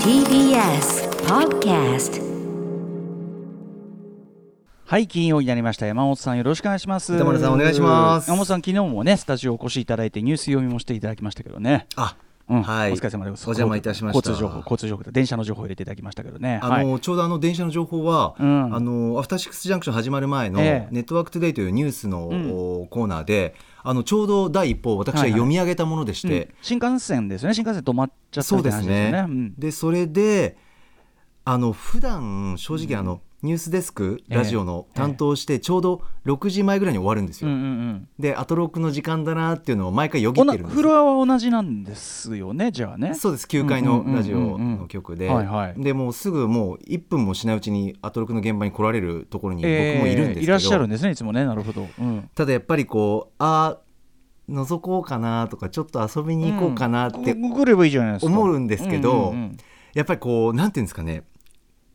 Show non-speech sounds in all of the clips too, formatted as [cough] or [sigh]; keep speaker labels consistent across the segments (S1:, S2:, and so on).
S1: TBS Podcast
S2: はい、金曜になりました。山本さん、よろしくお願いします。
S3: 板村さんお願いします
S2: 山本さん、昨日もね、スタジオお越しいただいて、ニュース読みもしていただきましたけどね。
S3: あ、
S2: うん、
S3: はい
S2: お疲れ様でございます。
S3: お邪魔いたしました
S2: 交通情報、交通情報、電車の情報を入れていただきましたけどね。
S3: あの、
S2: はい
S3: ちょうどあの電車の情報は、
S2: うん
S3: あのアフターシックスジャンクション始まる前の、
S2: ええ
S3: ネットワークトゥデイというニュースの、
S2: ん
S3: おコーナーで、あのちょうど第一報を私は
S2: はいはい
S3: 読み上げたものでして、
S2: うん新幹線ですよね。新幹線止まっちゃった
S3: そう
S2: みた
S3: で
S2: いな話
S3: すね。
S2: よ
S3: で
S2: うん
S3: それで、あの普段正直あの、ニュースデスク
S2: ええ
S3: ラジオの担当してちょうど6時前ぐらいに終わるんです
S2: う
S3: よ。
S2: んうん
S3: でアトロックの時間だなっていうのを毎回よぎ
S2: う
S3: っ
S2: ん。
S3: て
S2: お
S3: るん
S2: な
S3: で
S2: フ
S3: すよ
S2: ロアは同じなんですよね。じゃあね。
S3: そうです9階のラジオの曲で、
S2: うんうんうんうんはいはい
S3: でもうすぐもう1分もしないうちにアトロクの現場に来られるところに僕もいるんですけど、
S2: えーいらっしゃるんですね。いつもね。なるほど。うん。
S3: ただやっぱりこうあー覗こうかなとかちょっと遊びに行こうかなって、
S2: うん来ればいいじゃないですか。
S3: 思うんですけど
S2: うんうんうん
S3: やっぱりこうなんていうんですかね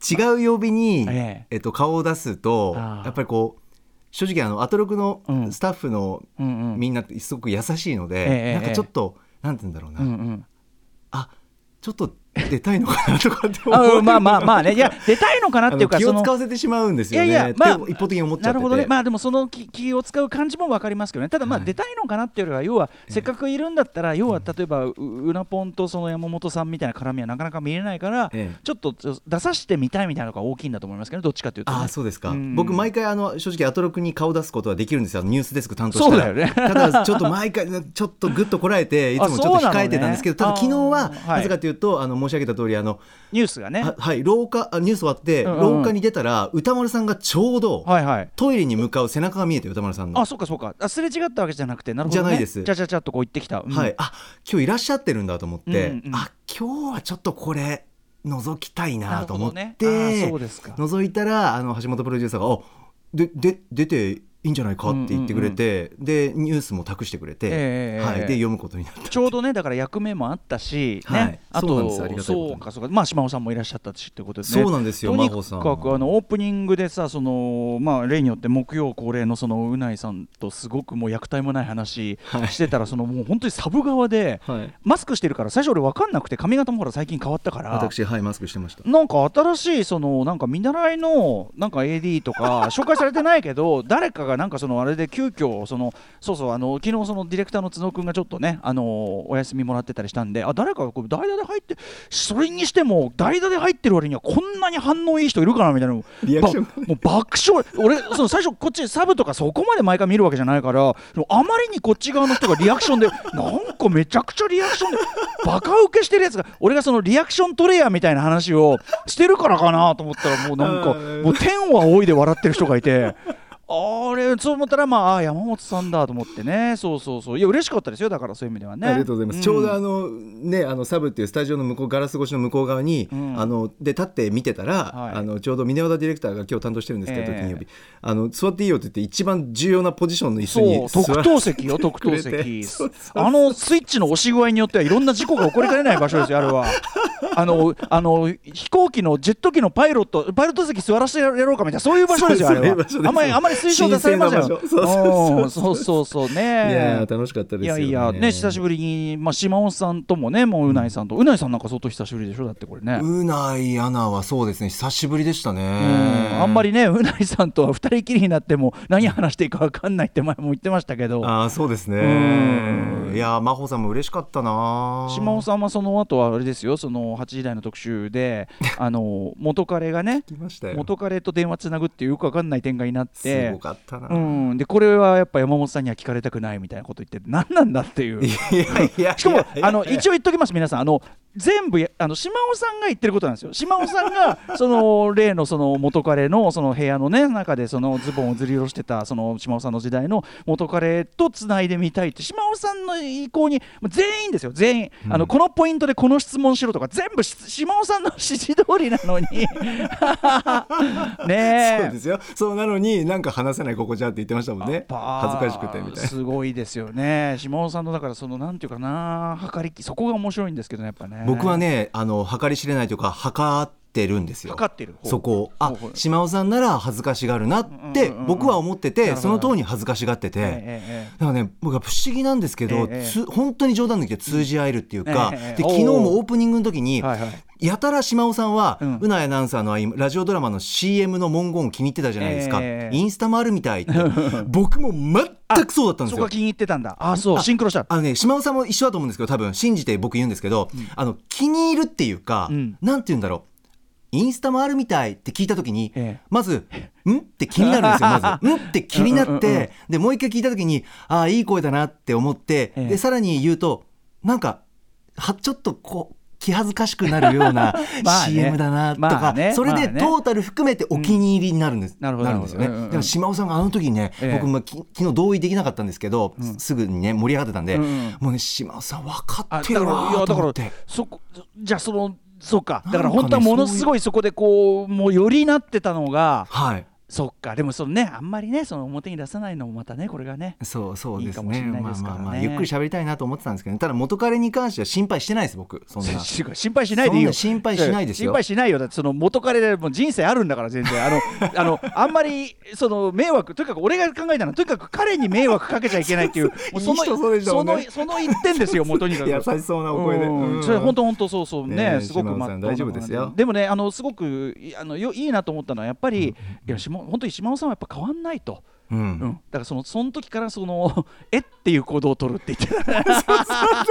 S3: 違う曜日に、
S2: え
S3: え
S2: え
S3: っと顔を出すと
S2: あー
S3: やっぱりこう正直あのアトロクの
S2: うん
S3: スタッフの
S2: うんうん。
S3: みんなってすごく優しいので、
S2: ええ
S3: なんかちょっと、なんて言うんだろうな、
S2: うんうん。
S3: あちょっと出たいのかなと [laughs] かって思
S2: あうん
S3: う
S2: まあまあまあね。いや、出たいのかな
S3: あ
S2: っ
S3: の
S2: ていうか、
S3: 気
S2: そ
S3: を
S2: の
S3: 使。わせてしまうんですよね
S2: いやいやまあ
S3: って一方的に思っちゃ
S2: な
S3: ってて
S2: るほどね、まあでもその気気を使う感じも分かりますけどね、ただまあ
S3: はい
S2: 出たいのかなっていうよりは、要はせっかくいるんだったら、要は例えばううなぽんとその山本さんみたいな絡みはなかなか見れないから、
S3: ええ
S2: ちょっと出させてみたいみたいなのが大きいんだと思いますけどね、どっちかというとね、
S3: ああそうですか、
S2: うん
S3: 僕毎回あの正直アトロクに顔出すことはできるんですよニュースデスク担当したら
S2: そう [laughs] だよね
S3: ただちょっと毎回ちょっとグッとこらえ
S2: [laughs]
S3: ていつもちょっと控えてたんですけど、
S2: あそう
S3: た
S2: なのね
S3: だ昨日は
S2: あーはい
S3: なぜかというとあの申し上げた通りあの
S2: ニュースがね。
S3: ははい廊下あニュース終わって
S2: うんうん
S3: 廊下に出たら歌丸さんがちょうど
S2: はいはい
S3: トイレに向かう背中が見えて歌丸さんの
S2: あ、そうかそうか。あすれ違ったわけじゃなくて、なるほど、ね。
S3: じゃないです
S2: ちゃちゃちゃっとこう行ってきた。うん
S3: はい、あ今日いらっしゃってるんだと思って、
S2: うんうん
S3: あ今日はちょっとこれ覗きたいなと思って、
S2: なるほどねあーそうですか
S3: 覗いたらあの橋本プロデューサーが「あでで出ていいんじゃないか」って言ってくれて、でニュースも託してくれて、
S2: ええ
S3: はい、
S2: ええ
S3: で読むことになった
S2: [laughs] ちょうどね、だから役目もあったし、ね
S3: はい
S2: あと
S3: そうなんですありがたいことに
S2: そうかそうか、まあ、島尾さんもいらっしゃったしってことですね。
S3: そうなんですよ
S2: とに
S3: 真帆さん
S2: かくあのオープニングでさ、そのまあ、例によって木曜恒例のそのうないさんとすごくもう虐待もない話
S3: はい
S2: してたら、そのもう本当にサブ側で、
S3: はい
S2: マスクしてるから、最初俺分かんなくて、髪型もほら、最近変わったから。
S3: 私はいマスクしてました
S2: なんか新しいそのなんか見習いのなんか AD と
S3: [laughs]
S2: か紹介されてないけど誰かがなんかそのあれで急遽そのそうそうあの昨日そのディレクターの角君がちょっとねあのお休みもらってたりしたんであ誰かがこう代打で入ってそれにしても代打で入ってる割にはこんなに反応いい人いるかなみたいな
S3: リアクション
S2: ばもう爆笑俺その最初こっちサブとかそこまで毎回見るわけじゃないからそのあまりにこっち側の人がリアクション
S3: [laughs]
S2: でなんかめちゃくちゃリアクションでバカ受けしてるやつが俺がそのリアクショントレイヤーみたいな話をしてるからかなと思ったらもうなんか
S3: あー
S2: もう天は仰いで笑ってる人がいて。あれそう思ったらまああー山本さんだと思ってねそうそうそういや嬉しかったですよだからそういう意味ではね
S3: ありがとうございます、
S2: ん
S3: ちょうどあの、ね、あのサブっていうスタジオの向こうガラス越しの向こう側に、
S2: うん
S3: あので立って見てたら、
S2: はい
S3: あのちょうど峰和田ディレクターが今日担当してるんですけど、
S2: ええ
S3: 金曜日あの座っていいよって言って一番重要なポジションの椅子
S2: そう
S3: に座
S2: 特
S3: ら
S2: 等席よ特等
S3: くれて
S2: 席
S3: そうそう
S2: あのスイッチの押し具合によってはいろんな事故が起こりかねない場所ですよあれ
S3: [laughs]
S2: はあのあの飛行機のジェット機のパイロットパイロット席座らせてやろうかみたいなそういう場所ですよあ
S3: そう
S2: れ
S3: です
S2: は
S3: そういう場所です
S2: あんまりあんまり推奨出されませんよ
S3: 神聖な場所
S2: そうそうそうそう
S3: いや
S2: ね
S3: ー楽しかったです
S2: い
S3: よ
S2: や
S3: ね
S2: いやね久しぶりにまあ島尾さんともねもううないさんとうないさんなんか相当久しぶりでしょだってこれね
S3: [laughs] うないアナはそうですね久しぶりでしたね
S2: うんあんまりねうないさんとは二人きりになっても何話していいか分かんないって前も言ってましたけど
S3: ああそうですね
S2: うん
S3: いやー真帆さんも嬉しかったな
S2: 島尾さんはその後はあれですよその8時台の特集
S3: [laughs]
S2: であの元彼がね
S3: 来ましたよ
S2: 元彼と電話つなぐっていうよくわかんない展開になっ
S3: す
S2: て
S3: ごかったな、
S2: うん、でこれはやっぱ山本さんには聞かれたくないみたいなこと言って何なんだっていう。
S3: いやいやいや
S2: しかもあの一応言っときます皆さんあの全部やあの島尾さんが言ってることなんですよ島尾さん
S3: [laughs]
S2: がその例のその元彼のその部屋のね中でそのズボンをずり下ろしてたその島尾さんの時代の元彼とつないでみたいって島尾さんの意向にまあ全員ですよ全員、あのこのポイントでこの質問しろとか全部し島尾さんの指示通りなの
S3: [laughs]
S2: にねえ
S3: そうですよそうなのになんか話せないここじゃって言ってましたもんね恥ずかしくてみたいな
S2: すごいですよね島尾さんのだからそのなんていうかな計りきそこが面白いんですけどねやっぱね
S3: 僕はねあの計り知れないというかはかってるんですよ。
S2: 測ってる方
S3: そこをあ
S2: ほうほう
S3: 島尾さんなら恥ずかしがるなって
S2: うんうんうんうん
S3: 僕は思って
S2: なる
S3: て
S2: ほど
S3: その当に恥ずかしがってて。
S2: ええ
S3: だからね僕は不思議なんですけど、
S2: ええ
S3: つ本当に冗談抜きで通じ合えるっていうか、
S2: うんええええ
S3: で昨日もオープニングの時に、
S2: はいはい
S3: やたら島尾さんは、
S2: う
S3: うんなえアナウンサーの今ラジオドラマの CM の文言を気に入ってたじゃないですか、
S2: ええ
S3: インスタもあるみたいって僕も全くそうだった
S2: え
S3: ん
S2: えそ
S3: です
S2: こ
S3: よ
S2: が気に入ってたんだあそう
S3: あ
S2: シンクロした
S3: あのね島尾さんも一緒だと思うんですけど多分信じて僕言うんですけど、あの気に入るっていうか、
S2: うん
S3: なんて言うんだろうインスタもあるみたいって聞いた時に、
S2: ええ
S3: まず「ん?」って気になるんですよ
S2: [laughs]
S3: まず「ん?」って気になって、
S2: うんうんうん
S3: でもう一回聞いた時に「ああいい声だな」って思って、
S2: ええ
S3: でさらに言うとなんかはちょっとこう気恥ずかしくなるような
S2: [laughs] まあね
S3: CM だなとか、
S2: まあね
S3: それ
S2: まあ
S3: で
S2: ね
S3: トータル含めてお気に入りになるんです、
S2: なるほど
S3: なるんですよね。
S2: なるほどうんうんうん
S3: でも島尾さんがあの時にね、
S2: ええ
S3: 僕まあき昨日同意できなかったんですけど、
S2: ん
S3: すぐにね盛り上がってたんで、
S2: うんうん
S3: もうね島尾さん分か
S2: あ
S3: ってるわ
S2: いや
S3: ーと
S2: だか
S3: 思
S2: ら
S3: って
S2: そこじゃあそのそうかだか
S3: な
S2: ら
S3: んかね
S2: 本当はものすごいそこでこうもうよりなってたのが
S3: はい
S2: そっかでもそのねあんまりねその表に出さないのもまたねこれがね
S3: そうそうです
S2: いいか
S3: ね
S2: もしれない
S3: ま
S2: で
S3: あ
S2: すから
S3: まあ
S2: ね
S3: まあゆっくり喋りたいなと思ってたんですけど、ね、ただ元彼に関しては心配してないです僕そん
S2: [laughs]
S3: な
S2: 心配しないでいい
S3: そん
S2: よ
S3: な心配しないですよ
S2: 心配しないよだってその元彼でもう人生あるんだから全然あ
S3: [laughs]
S2: のあのあんまりその迷惑とにかく俺が考えたのはとにかく彼に迷惑かけちゃいけないっていうもうその
S3: いい人 [laughs] そうでしたもんね
S2: そのその一点ですよもうとに
S3: [laughs]
S2: かく
S3: [laughs] 優しそうなお声で、
S2: うん
S3: うん
S2: それ本当本当そうそうね
S3: ねえ
S2: すごく
S3: 島尾
S2: ま
S3: さん
S2: っとうな
S3: 大丈夫ですよ
S2: でもねあのすごくいあのよいいなと思ったのはやっぱり、いや島尾本当に島尾さんはやっぱ変わんないと。
S3: うん
S2: うん、だからそのその時からその [laughs] えって [laughs] いう行動を取るって言ってた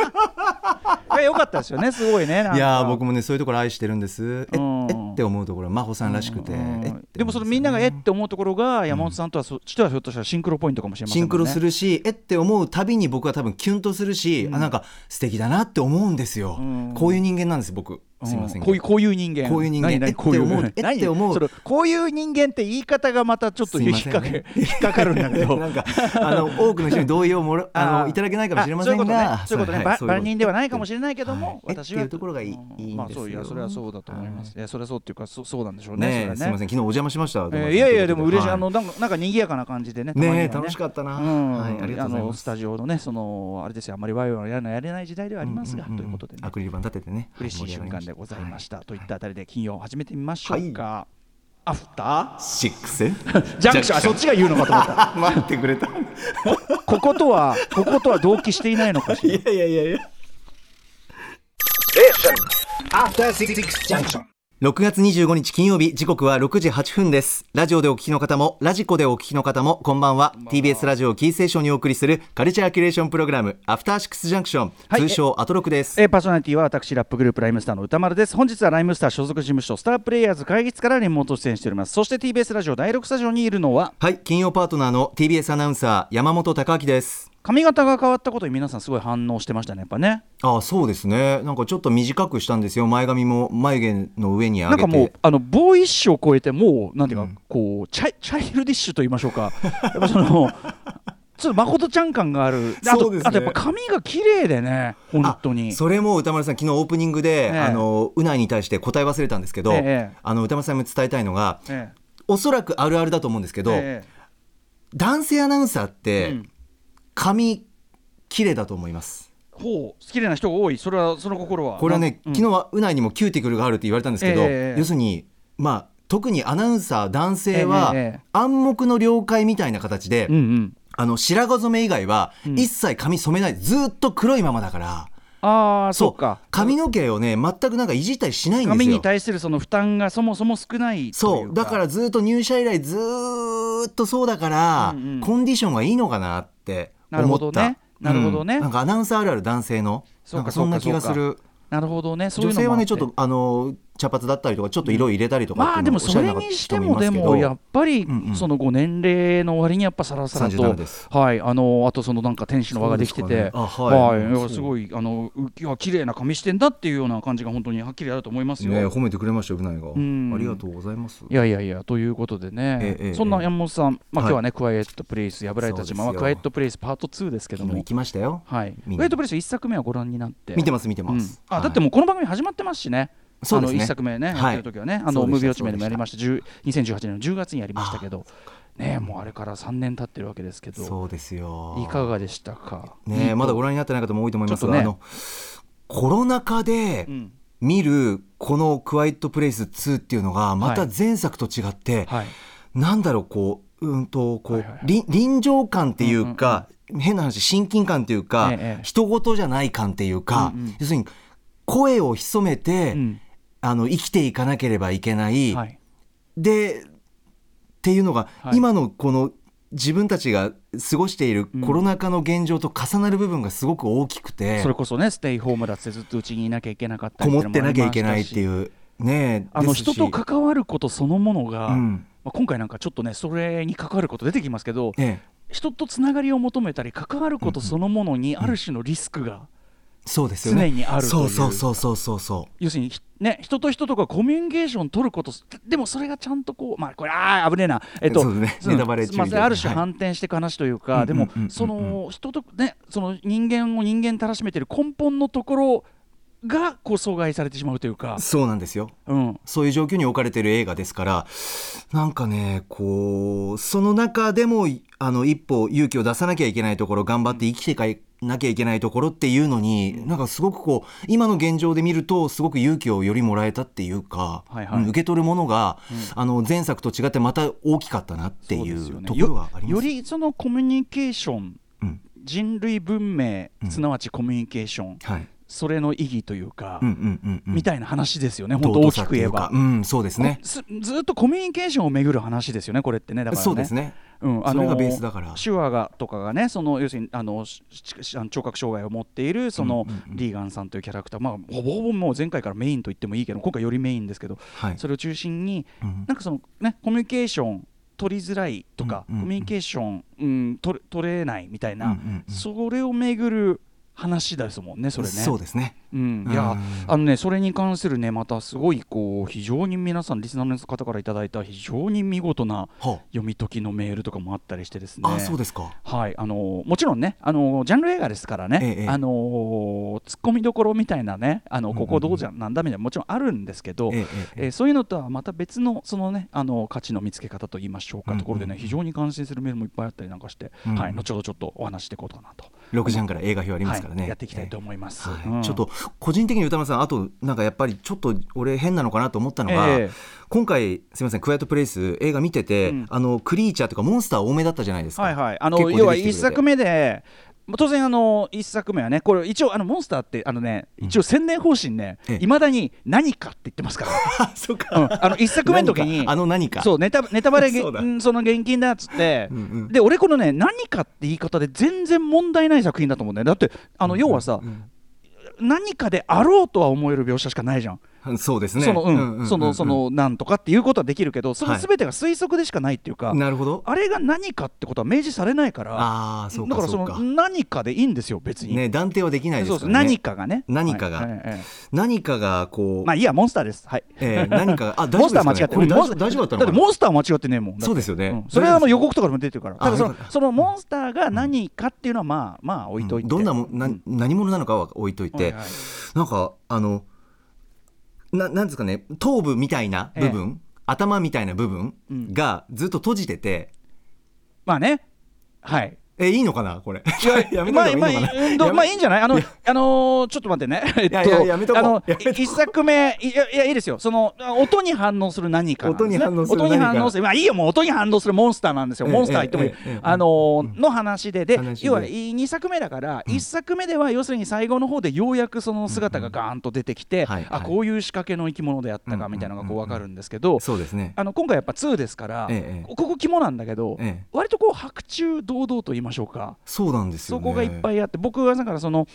S2: いやよかったですよねすごいねなんか
S3: いやー僕もねそういうところ愛してるんですえ,、
S2: うん
S3: えって思うところは真帆さんらしくて、
S2: うん
S3: えって思うんすよね
S2: でもそのみんながえって思うところが山本さんとはそちとはひょっとしたらシンクロポイントかもしれません
S3: シ
S2: もん
S3: ン
S2: ね
S3: クロするし、えって思うたびに僕は多分キュンとするし、あなんか素敵だなって思うんですよ、
S2: うん
S3: こういう人間なんです僕すいません
S2: うこ
S3: けど、
S2: ういうこういう人間
S3: こういう人間
S2: 何何
S3: えって
S2: こういう
S3: 思うえ
S2: 何
S3: って思う
S2: それこういう人間って言い方がまたちょっと
S3: すい
S2: 引
S3: ま
S2: っ
S3: せん
S2: かけ引っかかるんだけど
S3: [laughs] なんかあの多くの人に同意をもら
S2: [laughs]
S3: あのいただけないかもしれませんが
S2: あそういうことねそういうことねば万人ではないかもしれないけど
S3: はい
S2: も
S3: え
S2: 私は
S3: っていうところがいいいいんですよ
S2: まあそういやそれはそうだと思いますいやそれはそうっていうかそうそうなんでしょう
S3: ね
S2: ねそ
S3: えす
S2: れ
S3: い
S2: は
S3: ませ
S2: ね
S3: ん昨日お邪魔しましたどう
S2: えーいやいやで
S3: と
S2: も
S3: うこと
S2: 嬉しい
S3: は
S2: あのなんかなんか賑やかな感じでねたまには
S3: ねえ楽しかったな、
S2: うん
S3: はい、ありがとうござい
S2: あの
S3: ま
S2: ス
S3: す
S2: タジオのねそのあれですよあんまりワイワイやらないやれない時代ではありますが、
S3: んんん
S2: ということでね
S3: アクリル板立ててね
S2: 嬉しい瞬間でございました、といったあたりで金曜を始めてみましょうか、アフター
S3: シックス [laughs]
S2: ジャンクションあそっちが言うのかと思った
S3: あ待ってくれた
S2: こことはこことは同期していないのかしら
S3: いやいやいやいや
S4: After Six Junction.
S3: 6月25日金曜日時刻は6時8分ですラジオでお聞きの方もラジコでお聞きの方もこんばんは TBS ラジオをキーステーションにお送りするカルチャーキュレーションプログラムアフターシックスジャンクション、
S2: はい
S3: 通称アトロクです
S2: えーパーソナリティは私ラップグループライムスターの歌丸です本日はライムスター所属事務所スタープレイヤーズ会議室からリモート出演しておりますそして TBS ラジオ第6スタジオにいるのは
S3: はい金曜パートナーの TBS アナウンサー山本貴明です
S2: 髪型が変わったことに皆さんすごい反応してましたねやっぱね
S3: ああそうですねなんかちょっと短くしたんですよ前髪も眉毛の上に上
S2: な
S3: げ
S2: ん
S3: て
S2: かもうあのボーイッシュを超えてもうなんていうか、こうチャイチャイルディッシュと言いましょう
S3: [laughs]
S2: かやっぱそのちょっと誠ちゃん感があるあと
S3: そうですね
S2: あとやっぱ髪が綺麗でね本当
S3: あ
S2: に
S3: それも歌丸さん昨日オープニングで、
S2: ええ
S3: あのうないに対して答え忘れたんですけど、
S2: ええ
S3: あの歌丸さんにも伝えたいのが
S2: え
S3: おそらくあるあるだと思うんですけ
S2: え
S3: ど、
S2: え
S3: 男性アナウンサーっ
S2: え
S3: て、
S2: うん
S3: 髪綺麗だと思います
S2: ほう綺麗な人が多いそれはその心は
S3: これはね、
S2: なうん
S3: 昨日はうないにもキューティクルがあるって言われたんですけど、
S2: ええ
S3: 要するにまあ特にアナウンサー男性は、
S2: ええええ
S3: 暗黙の了解みたいな形で、
S2: うんうん
S3: あの白髪染め以外は、
S2: うん
S3: 一切髪染めないずっと黒いままだから
S2: ああそうか
S3: 髪の毛をね全くなんかいじったりしないんですよ
S2: 髪に対するその負担がそもそも少ないというか
S3: そうだからずっと入社以来ずーっとそうだから、
S2: うんうん
S3: コンディションがいいのかなって
S2: なる
S3: 思
S2: ほ
S3: った
S2: どねなるほどね
S3: うんなんかアナウンサーあるある男性の
S2: そう
S3: なん
S2: か
S3: か
S2: そうか
S3: そんな気がする
S2: なるほどねそういうのも
S3: 女性は
S2: あ
S3: ね
S2: て
S3: ちょっとあの茶髪だったりとかちょっと色入れたりとか
S2: まあ
S3: っ
S2: で
S3: ていう
S2: も
S3: のがおし
S2: そ
S3: ゃれ
S2: れ
S3: な
S2: にして
S3: 人い
S2: も
S3: ます
S2: で
S3: けど
S2: もやっぱり
S3: うんうん
S2: そのご年齢の割にやっぱさらさらと
S3: 37です
S2: はいあのあとそのなんか天使の輪ができて
S3: そうで
S2: て
S3: すかねあはい
S2: いやすごいあのういや綺麗な髪してんだっていうような感じが本当にはっきりあると思います
S3: ね
S2: よ。
S3: 褒めてくれましたようないが、
S2: ん
S3: ありがとうございます
S2: いやいやいやということで
S3: えええ
S2: ね
S3: え
S2: そんな山本さんまあ今
S3: はい
S2: 日はねクワイエットプレイス破られた自慢
S3: そ
S2: は
S3: うですよ
S2: クワイエットプレイスパート2ですけど
S3: 昨日行
S2: も
S3: きましたよ
S2: はいク
S3: 見に
S2: ワイエットプレイス一作目はご覧になって
S3: 見てます見てます、
S2: うんあだって
S3: はい
S2: もうこの番組始まってますしね。
S3: そうですね
S2: あの一作目ね、や
S3: は
S2: っ
S3: い
S2: てる時はね、あの
S3: そうでした
S2: ムービーウォッチメンでもやりました。10 2018年の10月にやりましたけど、ねもうあれから3年経ってるわけですけど、
S3: そうですよ
S2: いかがでしたか。
S3: ね
S2: うん
S3: まだご覧になってない方も多いと思います
S2: ちょっ
S3: が、
S2: とね
S3: あのコロナ禍で
S2: うん。
S3: 見るこの「クワイット・プレイス2」っていうのがまた前作と違って、
S2: はい
S3: なんだろうこううんとこう、
S2: はいはいはい
S3: 臨臨場感っていうか、変な話親近感っていうか、
S2: ええええ
S3: 人事じゃない感っていうか、
S2: うんうん
S3: 要するに声を潜めて、
S2: うん
S3: あの生きていかなければいけない、
S2: はい
S3: でっていうのが、
S2: はい
S3: 今のこの自分たちが過ごしているコロナ禍の現状と重なる部分がすごく大きくて、
S2: それこそねステイホームだってずっとうちにいなきゃいけなかった
S3: こ
S2: り
S3: も
S2: の
S3: っ
S2: も
S3: てなきゃいけない
S2: あ
S3: っ
S2: りましてたし
S3: いうね
S2: あの
S3: ですし
S2: 人と関わることそのものが、
S3: うん
S2: まあ、今回なんかちょっとねそれに関わること出てきますけど、
S3: ええ
S2: 人とつながりを求めたり関わることそのものにある種のリスクが、
S3: そうですよね
S2: 常にあるとい
S3: そ
S2: うう
S3: そうそうそうそうそう
S2: 要するにひ、ね、人と人とかコミュニケーション取ることすでもそれがちゃんとこうまあこれあー危ねえなえっと
S3: そうですねネタバレ注意
S2: まあ
S3: で
S2: それある種
S3: はい
S2: 反転していく話というか、
S3: うん
S2: で
S3: う
S2: も
S3: んうんうんうん
S2: その人とねその人間を人間たらしめてる根本のところがこう阻害されてしまうというか、
S3: そうなんですよ
S2: うん、
S3: そういう状況に置かれてる映画ですからなんかねこうその中でもあの一歩勇気を出さなきゃいけないところ頑張って生きていかなきゃいけないところっていうのに、なんかすごくこう今の現状で見るとすごく勇気をよりもらえたっていうか、
S2: はいはい
S3: うん受け取るものが、あの前作と違ってまた大きかったなって
S2: そう
S3: い
S2: ですよ
S3: う
S2: ね
S3: ところはあります
S2: よよりそのコミュニケーション、
S3: うん
S2: 人類文明すなわちコミュニケーション、
S3: はい
S2: それの意義というか、
S3: うんうんうんうん
S2: みたいな話ですよね本当大きく言えば
S3: 尊さっていうかうんそうですね
S2: すずっとコミュニケーションをめぐる話ですよねこれってねだからね
S3: そうですね
S2: うん、
S3: それがベースだから
S2: 手話がとかがねその要するにあのししあの聴覚障害を持っているその、リーガンさんというキャラクター、まあ、ほぼほぼもう前回からメインと言ってもいいけど今回よりメインですけど、
S3: はい
S2: それを中心に、
S3: うん
S2: なんかそのねコミュニケーション取りづらいとか、
S3: うんうんうん
S2: コミュニケーション、うん、取れ取れないみたいな、
S3: うんうんうん
S2: それをめぐる話ですもんねそれね。
S3: そうですね
S2: うん、
S3: うん
S2: いやあのねそれに関するねまたすごいこう非常に皆さんリスナーの方からいただいた非常に見事な
S3: は
S2: 読み解きのメールとかもあったりしてですね。
S3: ああそうですか
S2: はい、あのもちろんね、あのジャンル映画ですからね、
S3: ええ
S2: あのツッコミどころみたいなね、あのここどうじゃなんだみたいなもちろんあるんですけど、
S3: ええええ
S2: えーそういうのとはまた別のそのね、あの価値の見つけ方といいましょうか、
S3: うんうん
S2: ところでね、非常に感心するメールもいっぱいあったりなんかして、
S3: うん
S2: はい、後ほどちょっとお話していこうかなと。
S3: 6時半から映画表ありますからね、
S2: はいやっていきたいと思います
S3: はい
S2: うん
S3: ちょっと個人的に歌丸さんあとなんかやっぱりちょっと俺変なのかなと思ったのが、
S2: ええ
S3: 今回すみません「クワイエットプレイス」映画見てて、
S2: うん
S3: あのクリーチャーとかモンスター多めだったじゃないですか、
S2: はいはい、あの
S3: 結構出てきて
S2: 要は
S3: くれて
S2: 1作目でまあ当然あの1作目はねこれ一応あのモンスターってあのね一応宣伝方針ね
S3: ええ
S2: いま、未だに何かって言ってますから。
S3: あそうか、
S2: うんあの一作目の時
S3: [laughs] 何
S2: に
S3: かあの何か
S2: そうネタネタバレげ
S3: [laughs] そうだ
S2: んその現金だっつって
S3: うんうん
S2: で俺このね何かって言い方で全然問題ない作品だと思うんだよだってあの要はさ、何かであろうとは思える描写しかないじゃん、
S3: うんそうですね
S2: そのうん,、
S3: うんうんうんうん
S2: そのそのなんとかっていうことはできるけどその
S3: はい
S2: 全てが推測でしかないっていうか、
S3: なるほど
S2: あれが何かってことは明示されないから
S3: ああそう
S2: だか
S3: か
S2: ら
S3: そ
S2: そう
S3: か
S2: の何かでいいんですよ別に、
S3: ね断定はできないで
S2: そうそ
S3: すか
S2: う
S3: らね
S2: 何かがね
S3: 何かが
S2: はいはいはい
S3: 何かがこう、
S2: まあいいやモンスターですはい [laughs]
S3: えー何かがあ
S2: モンスター間違って
S3: 大丈夫ですかねこれ大丈夫大丈夫だったの
S2: だ
S3: か
S2: って
S3: な
S2: モンスター間違ってねえもんだって
S3: そうですよね
S2: んそれはあの予告とかでも出てるからだ
S3: あ
S2: からその
S3: よかった
S2: そのモンスターが何かっていうのはまあまあ置いといて、
S3: どんなもんな何者なのかは置いといて、
S2: はいはい
S3: なんかあのななんですかね頭部みたいな部分、頭みたいな部分
S2: うん
S3: がずっと閉じてて、
S2: まあねはい
S3: えいいのかなこれ [laughs] やめといた
S2: まあま
S3: 方が
S2: あ
S3: いいのかな
S2: うんと
S3: やめ
S2: まあいいんじゃないあのあのーちょっと待ってね [laughs] えっと
S3: いやいややめとこ
S2: あ
S3: う
S2: の
S3: やめとこう
S2: 一作目いやいやいいですよそのあ音に反応する何かなんですね、
S3: 音に反応する何か
S2: 音に反応するまあいいよもう音に反応するモンスターなんですよ、
S3: ええ
S2: モンスター言ってもいい、
S3: ええええ
S2: あのーの話でで
S3: 話で
S2: 要は2作目だから1作目では要するに最後の方でようやくその姿がガーンと出てきて、
S3: はい
S2: あ
S3: はい
S2: こういう仕掛けの生き物であったかみたいなのがこう分かるんですけど、
S3: そうですね
S2: あの今回やっぱ2ですから、
S3: ええ
S2: ここ肝なんだけど、
S3: ええ
S2: 割とこう白昼堂々と言いましょうか。
S3: そうなんですよ、
S2: そ
S3: ね、
S2: こがいっぱいあって僕はだからその、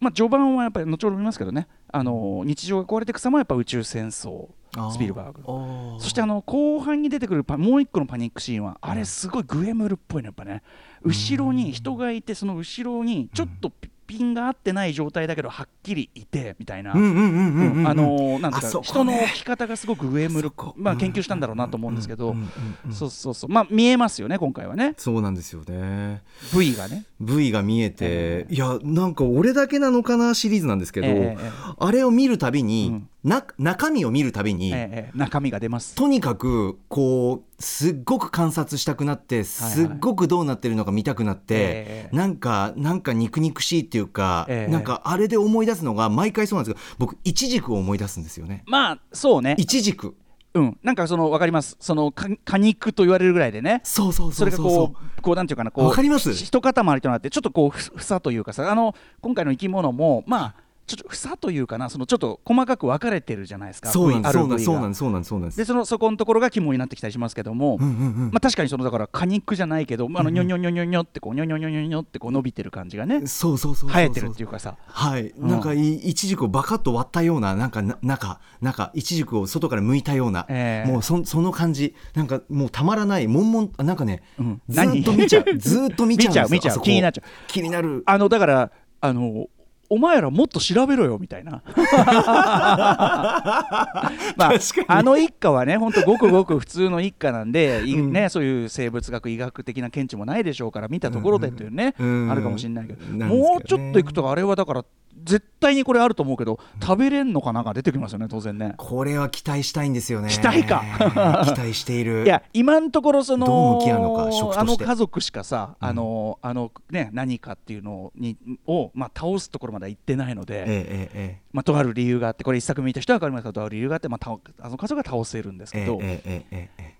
S2: まあ、序盤はやっぱり後ほど見ますけどねあの日常が壊れていく様はやっぱ宇宙戦争
S3: あー
S2: スピルバーグ
S3: あー
S2: そしてあの後半に出てくるパもう一個のパニックシーンはあれすごいグエムルっぽいのやっぱね後ろに人がいてその後ろにちょっとピピンが合ってない状態だけどはっきりいてみたいな。
S3: うんうんうんうんうん、
S2: うんあのーなんていう
S3: あ
S2: か、
S3: そこね
S2: 人の置き方がすごく上向
S3: あそ
S2: る
S3: こ、
S2: まあ、
S3: うん
S2: 研究したんだろうなと思うんですけど、
S3: うんうんうん
S2: そうそうそう、まあ、見えますよね、今回はね、
S3: そうなんですよね
S2: V がね。
S3: V が見えて、いやなんか俺だけなのかなシリーズなんですけど、
S2: ええええ
S3: あれを見るたびに、
S2: うん
S3: な中身を見るたびに、
S2: ええ中身が出ます。
S3: とにかくこうすっごく観察したくなってすっごくどうなってるのか見たくなって、
S2: ええ
S3: なんかなんか肉々しいっていうか、
S2: ええ
S3: なんかあれで思い出すのが毎回そうなんですけど僕イチジクを思い出すんですよね。
S2: まあそうね。
S3: イチジク
S2: うん。なんかそのわかります。そのか果肉と言われるぐらいでね。
S3: そうそう
S2: そ
S3: そ
S2: れ
S3: う
S2: が
S3: そう
S2: こ
S3: そう
S2: うこうなんていうかなこう
S3: わかります
S2: ひ一塊となってちょっとこうふ房というかさあの今回の生き物もまあちょっと房というかなそのちょっと細かく分かれてるじゃないですか。
S3: そうなんです
S2: 部
S3: そ
S2: 位
S3: うなんですそう
S2: ある部位が
S3: なんですそうなんですそうなんです
S2: でそのそこのところが肝になってきたりしますけども、
S3: うんうんうん
S2: まあ、確かにそのだから果肉じゃないけど、まあ、あのニョニョニョニョニョってこうニョニョニョニョニョってこう伸びてる感じがね
S3: そうそうそうそう
S2: 生えてるっていうかさ
S3: はい、
S2: ん
S3: なんかいイチジクをバカッと割ったようななんかな中なんかイチジクを外から剥いたような、
S2: ええ
S3: もうそその感じなんかもうたまらないもんもんあなんかね、
S2: うん
S3: ずーっと見ち
S2: [laughs]
S3: ゃう
S2: 何
S3: ずーっと見ちゃうんですよ
S2: 見ちゃう見ちゃう
S3: あそこ
S2: 気になっちゃう
S3: 気になる
S2: あのだからあのお前らもっと調べろよみたいな。 [laughs] まあ、
S3: 確かに
S2: あの一家はね、本当ごくごく普通の一家なんで、いね、そういう生物学、医学的な見地もないでしょうから、見たところでというね、
S3: うん
S2: あるかもしれないけど、
S3: なんですけどね
S2: もうちょっと行くと、あれはだから、絶対にこれあると思うけど、食べれんのかなが出てきますよね、当然ね。
S3: これは期待したいんですよね
S2: 期待か
S3: [laughs] 期待している
S2: いや今のところその
S3: どう向き合うのか食として
S2: あの家族しかさ、あのあのね何かっていうのにをまあ倒すところまでは行ってないので、
S3: えええええ
S2: まあとある理由があってこれ一作目見た人は分かりますけどとある理由があってまあたあの家族が倒せるんです
S3: え
S2: けど、
S3: えええええええ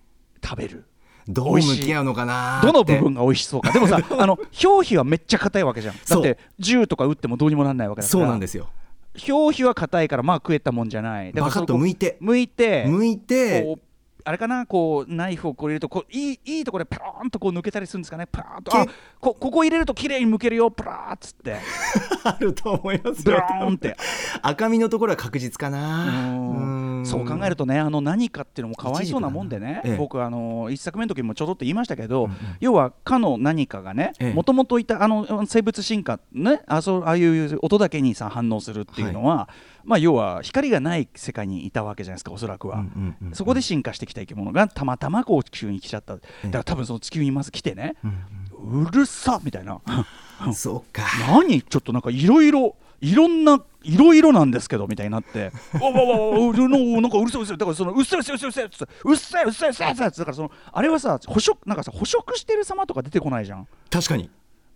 S2: 食べる
S3: どう向き合うのかなー
S2: どの
S3: って
S2: 部分が美味しそうかでも
S3: [laughs]
S2: さあの表皮はめっちゃ硬いわけじゃんだ
S3: そ
S2: っ
S3: う
S2: て銃とか撃ってもどうにもなんないわけだか
S3: そ
S2: ら
S3: うなんですよ
S2: 表皮は硬いからまあ食えたもんじゃないだから
S3: バカッと剥いて
S2: 向いて
S3: 向いて
S2: こうあれかなこうナイフをこう入れるとこういいいいところでパローンとこう抜けたりするんですかねパローンとあ
S3: け
S2: こここ入れると綺麗に剥けるよパラーっつ
S3: [laughs]
S2: って
S3: あると思います
S2: ブ
S3: よ
S2: ローンって
S3: 赤身のところは確実か
S2: う
S3: な
S2: ーん
S3: ん
S2: そう考えるとねあの何かっていうのもかわいそうなもんでね
S3: 一時期だなええ
S2: 僕あの一作目の時もちょろっと言いましたけど、要はかの何かがね
S3: ええ
S2: もともといたあの生物進化ねあそうああいう音だけにさ反応するっていうのは、まあ要は光がない世界にいたわけじゃないですかおそらくは。
S3: うんうんうんうん
S2: そこで進化してきた生き物がたまたまこう地球に来ちゃっただから多分その地球にまず来てね、うるさみたいな
S3: そうか
S2: 何ちょっとなんかいろいろいろんないろいろなんですけどみたいになって [laughs] 「わわわわうるのなんかうるせえうるせえだからそのうっせえうっせえうっせえうっせえうっせえうっせえうっせえうっせえ」だからそのあれはさ捕食なんかさ捕食してる様とか出てこないじゃん。
S3: 確かに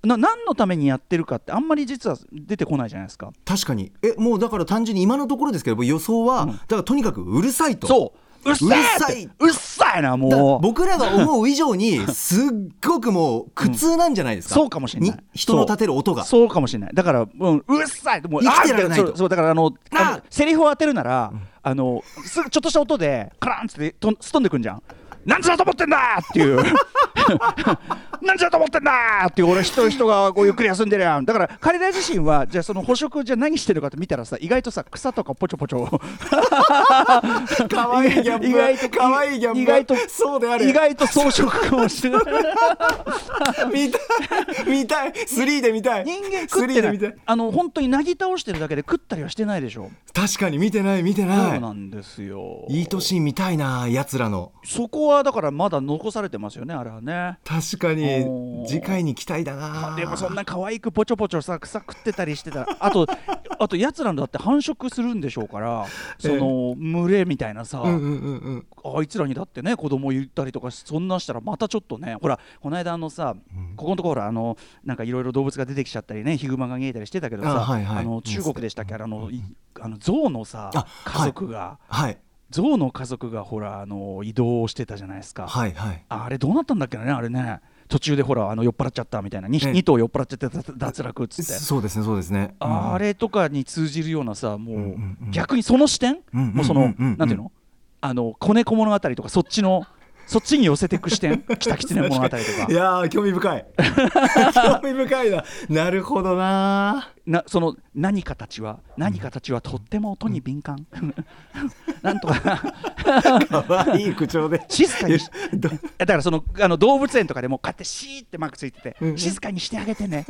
S2: な何のためにやってるかってあんまり実は出てこないじゃないですか。
S3: 確かにえもうだから単純に今のところですけど予想は、だからとにかくうるさいと
S2: そううっせえ
S3: うるさい
S2: ってうっさいな
S3: だ
S2: もう。
S3: 僕らが思う以
S2: [laughs]
S3: 上にすっごくもう苦痛なんじゃないですか、
S2: そうかもしれない
S3: に人の立てる音が
S2: そうそうかもしれないだから、うん、うっさいもう
S3: 生きてられない
S2: あーみた
S3: と
S2: そうそうだからあの
S3: なあ
S2: あのセリフを当てるなら、あのすぐちょっとした音でカランっつってとすとんでくんじゃんなんつだと思ってんだーって
S3: [laughs]
S2: いうなんつだと思ってんだーっていう俺人人がこうゆっくり休んでるやんだから彼ら自身はじゃあその捕食じゃあ何してるかって見たらさ意外とさ草とかポチョポチ
S3: [laughs]
S2: ョ
S3: かわいいギャップ
S2: 意外と
S3: かわいいギャップ
S2: 意外と
S3: そうであれ
S2: 意外と装飾かもしれない
S3: 見たい見たい3で見たい
S2: 人間食ってな
S3: 3で見
S2: い
S3: たい
S2: あの本当になぎ倒してるだけで食ったりはしてないでしょ
S3: 確かに見てない見てな
S2: そう
S3: い
S2: なんですよ。
S3: いい年見たいなやつらの
S2: そこはだからまだ残されてますよね、あれはね。
S3: 確か
S2: おー
S3: に次回に期待だな
S2: でもそんな可愛くぽちょぽちょさ草食ってたりしてたらあとあとやつらのだって繁殖するんでしょうからその群れみたいなさ、
S3: うんうんうんうん
S2: あいつらにだってね子供言ったりとかしそんなしたらまたちょっとねほらこの間あのさ、ここのところほらあのなんかいろいろ動物が出てきちゃったりねヒグマが見えたりしてたけどさあ、
S3: あはいはい
S2: の中国でしたっけあのいあの象のさ
S3: あ
S2: 家族が、
S3: はい
S2: 象の家族がほらあの移動をしてたじゃないですか、
S3: はいはい
S2: あれどうなったんだっけねあれね途中でほらあの酔っ払っちゃったみたいな 2,
S3: ええ
S2: 頭酔っ払っちゃって脱脱落っつって
S3: そうですねそうですね
S2: ああれとかに通じるようなさ
S3: んう
S2: も
S3: んう
S2: うん逆にその視点
S3: うんうんうんうん
S2: もうそのなんていうのあの子猫物語とかそっちのそっちに寄せていく視点
S3: [laughs]
S2: 北狐物語とか
S3: いやー興味深
S2: [laughs]
S3: い興味深いななるほどな
S2: なその何かたちは何かたちはとっても音に敏感 [laughs] なんとか
S3: かわいい口調
S2: [laughs]
S3: で
S2: 静かにし
S3: ど
S2: だからそのあの動物園とかでもこうやってシーってマークついてて、静かにしてあげてね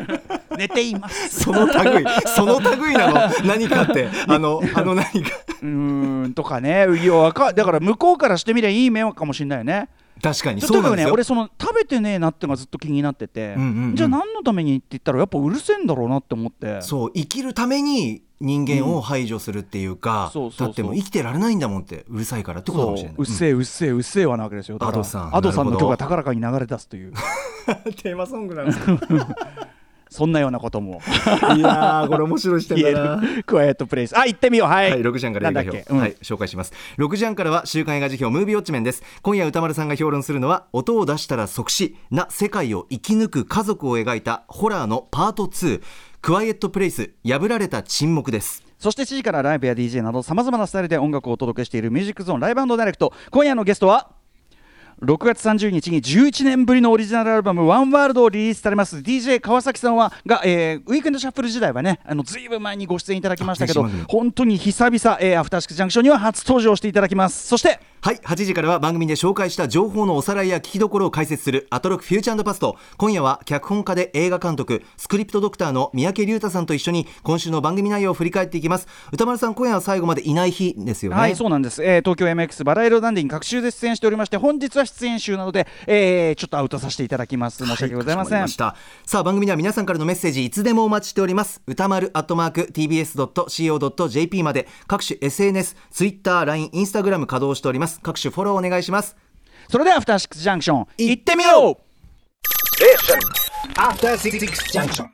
S2: [laughs] 寝ています
S3: その類その類なの何かってあのあの何か
S2: うーんとかねいやわかだから向こうからしてみりゃいい迷惑かもしれないよね。
S3: 確かに
S2: と
S3: そ
S2: に
S3: う
S2: か
S3: な
S2: く
S3: んで
S2: ね
S3: すよ
S2: 俺その食べてねえなってのがずっと気になってて、
S3: うんうんうん
S2: じゃあ何のためにって言ったらやっぱうるせえんだろうなって思って
S3: そう生きるために人間を排除するっていうか、
S2: そうそうそう
S3: だってもう生きてられないんだもんってうるさいからってことかもしれないう
S2: っせえうっせえうっせえはなわけですよだから
S3: アドさん
S2: アドさんの
S3: なる
S2: 曲
S3: ほ
S2: が
S3: ど
S2: 高らかに流れ出すと
S3: [laughs]
S2: いう
S3: テーマソングなんですか
S2: そんなようなことも
S3: いやーこれ面白い視
S2: 言えるクワイエットプレイスあ行ってみようはい、
S3: はい、6時半から映
S2: な
S3: 画
S2: んだっ
S3: 表、
S2: けうん
S3: はい、紹介します。6時半からは週刊映画辞表ムービーウォッチメンです。今夜歌丸さんが評論するのは、音を出したら即死な世界を生き抜く家族を描いたホラーのパート2、クワイエットプレイス、破られた沈黙です。
S2: そして7時からライブや DJ などさまざまなスタイルで音楽をお届けしているミュージックゾーンライブダイレクト今夜のゲストは6月30日に11年ぶりのオリジナルアルバム「ワンワールドをリリースされます DJ 川崎さんはが、えーウィークエンドシャッフル時代はねあのずいぶん前にご出演いただきましたけ
S3: あ
S2: ど
S3: 電子番組
S2: 本当に久々、えーアフターシックスジャンクションには初登場していただきますそして
S3: はい、8時からは番組で紹介した情報のおさらいや聞きどころを解説する、アトロックフューチャーパスト。今夜は脚本家で映画監督、スクリプトドクターの三宅龍太さんと一緒に、今週の番組内容を振り返っていきます。歌丸さん、今夜は最後までいない日ですよね。
S2: はい、そうなんです。えー東京 MX バラ色ダンディに各週で出演しておりまして、本日は出演週なので、えーちょっとアウトさせていただきます。申し訳ございません。
S3: はいかしこまりましたさあ番組では皆さんからのメッセージいつでもお待ちしております歌丸アットマーク tbs.co.jp まで各種 SNS ツイッター LINE インスタグラム稼働しております各種フォローお願いします
S2: それでは、アフターシックスジャンクション、
S3: 行
S2: 行
S3: っ
S2: ってて
S3: み
S2: み
S3: よ
S2: よ
S3: う
S2: う
S4: After Six Junction.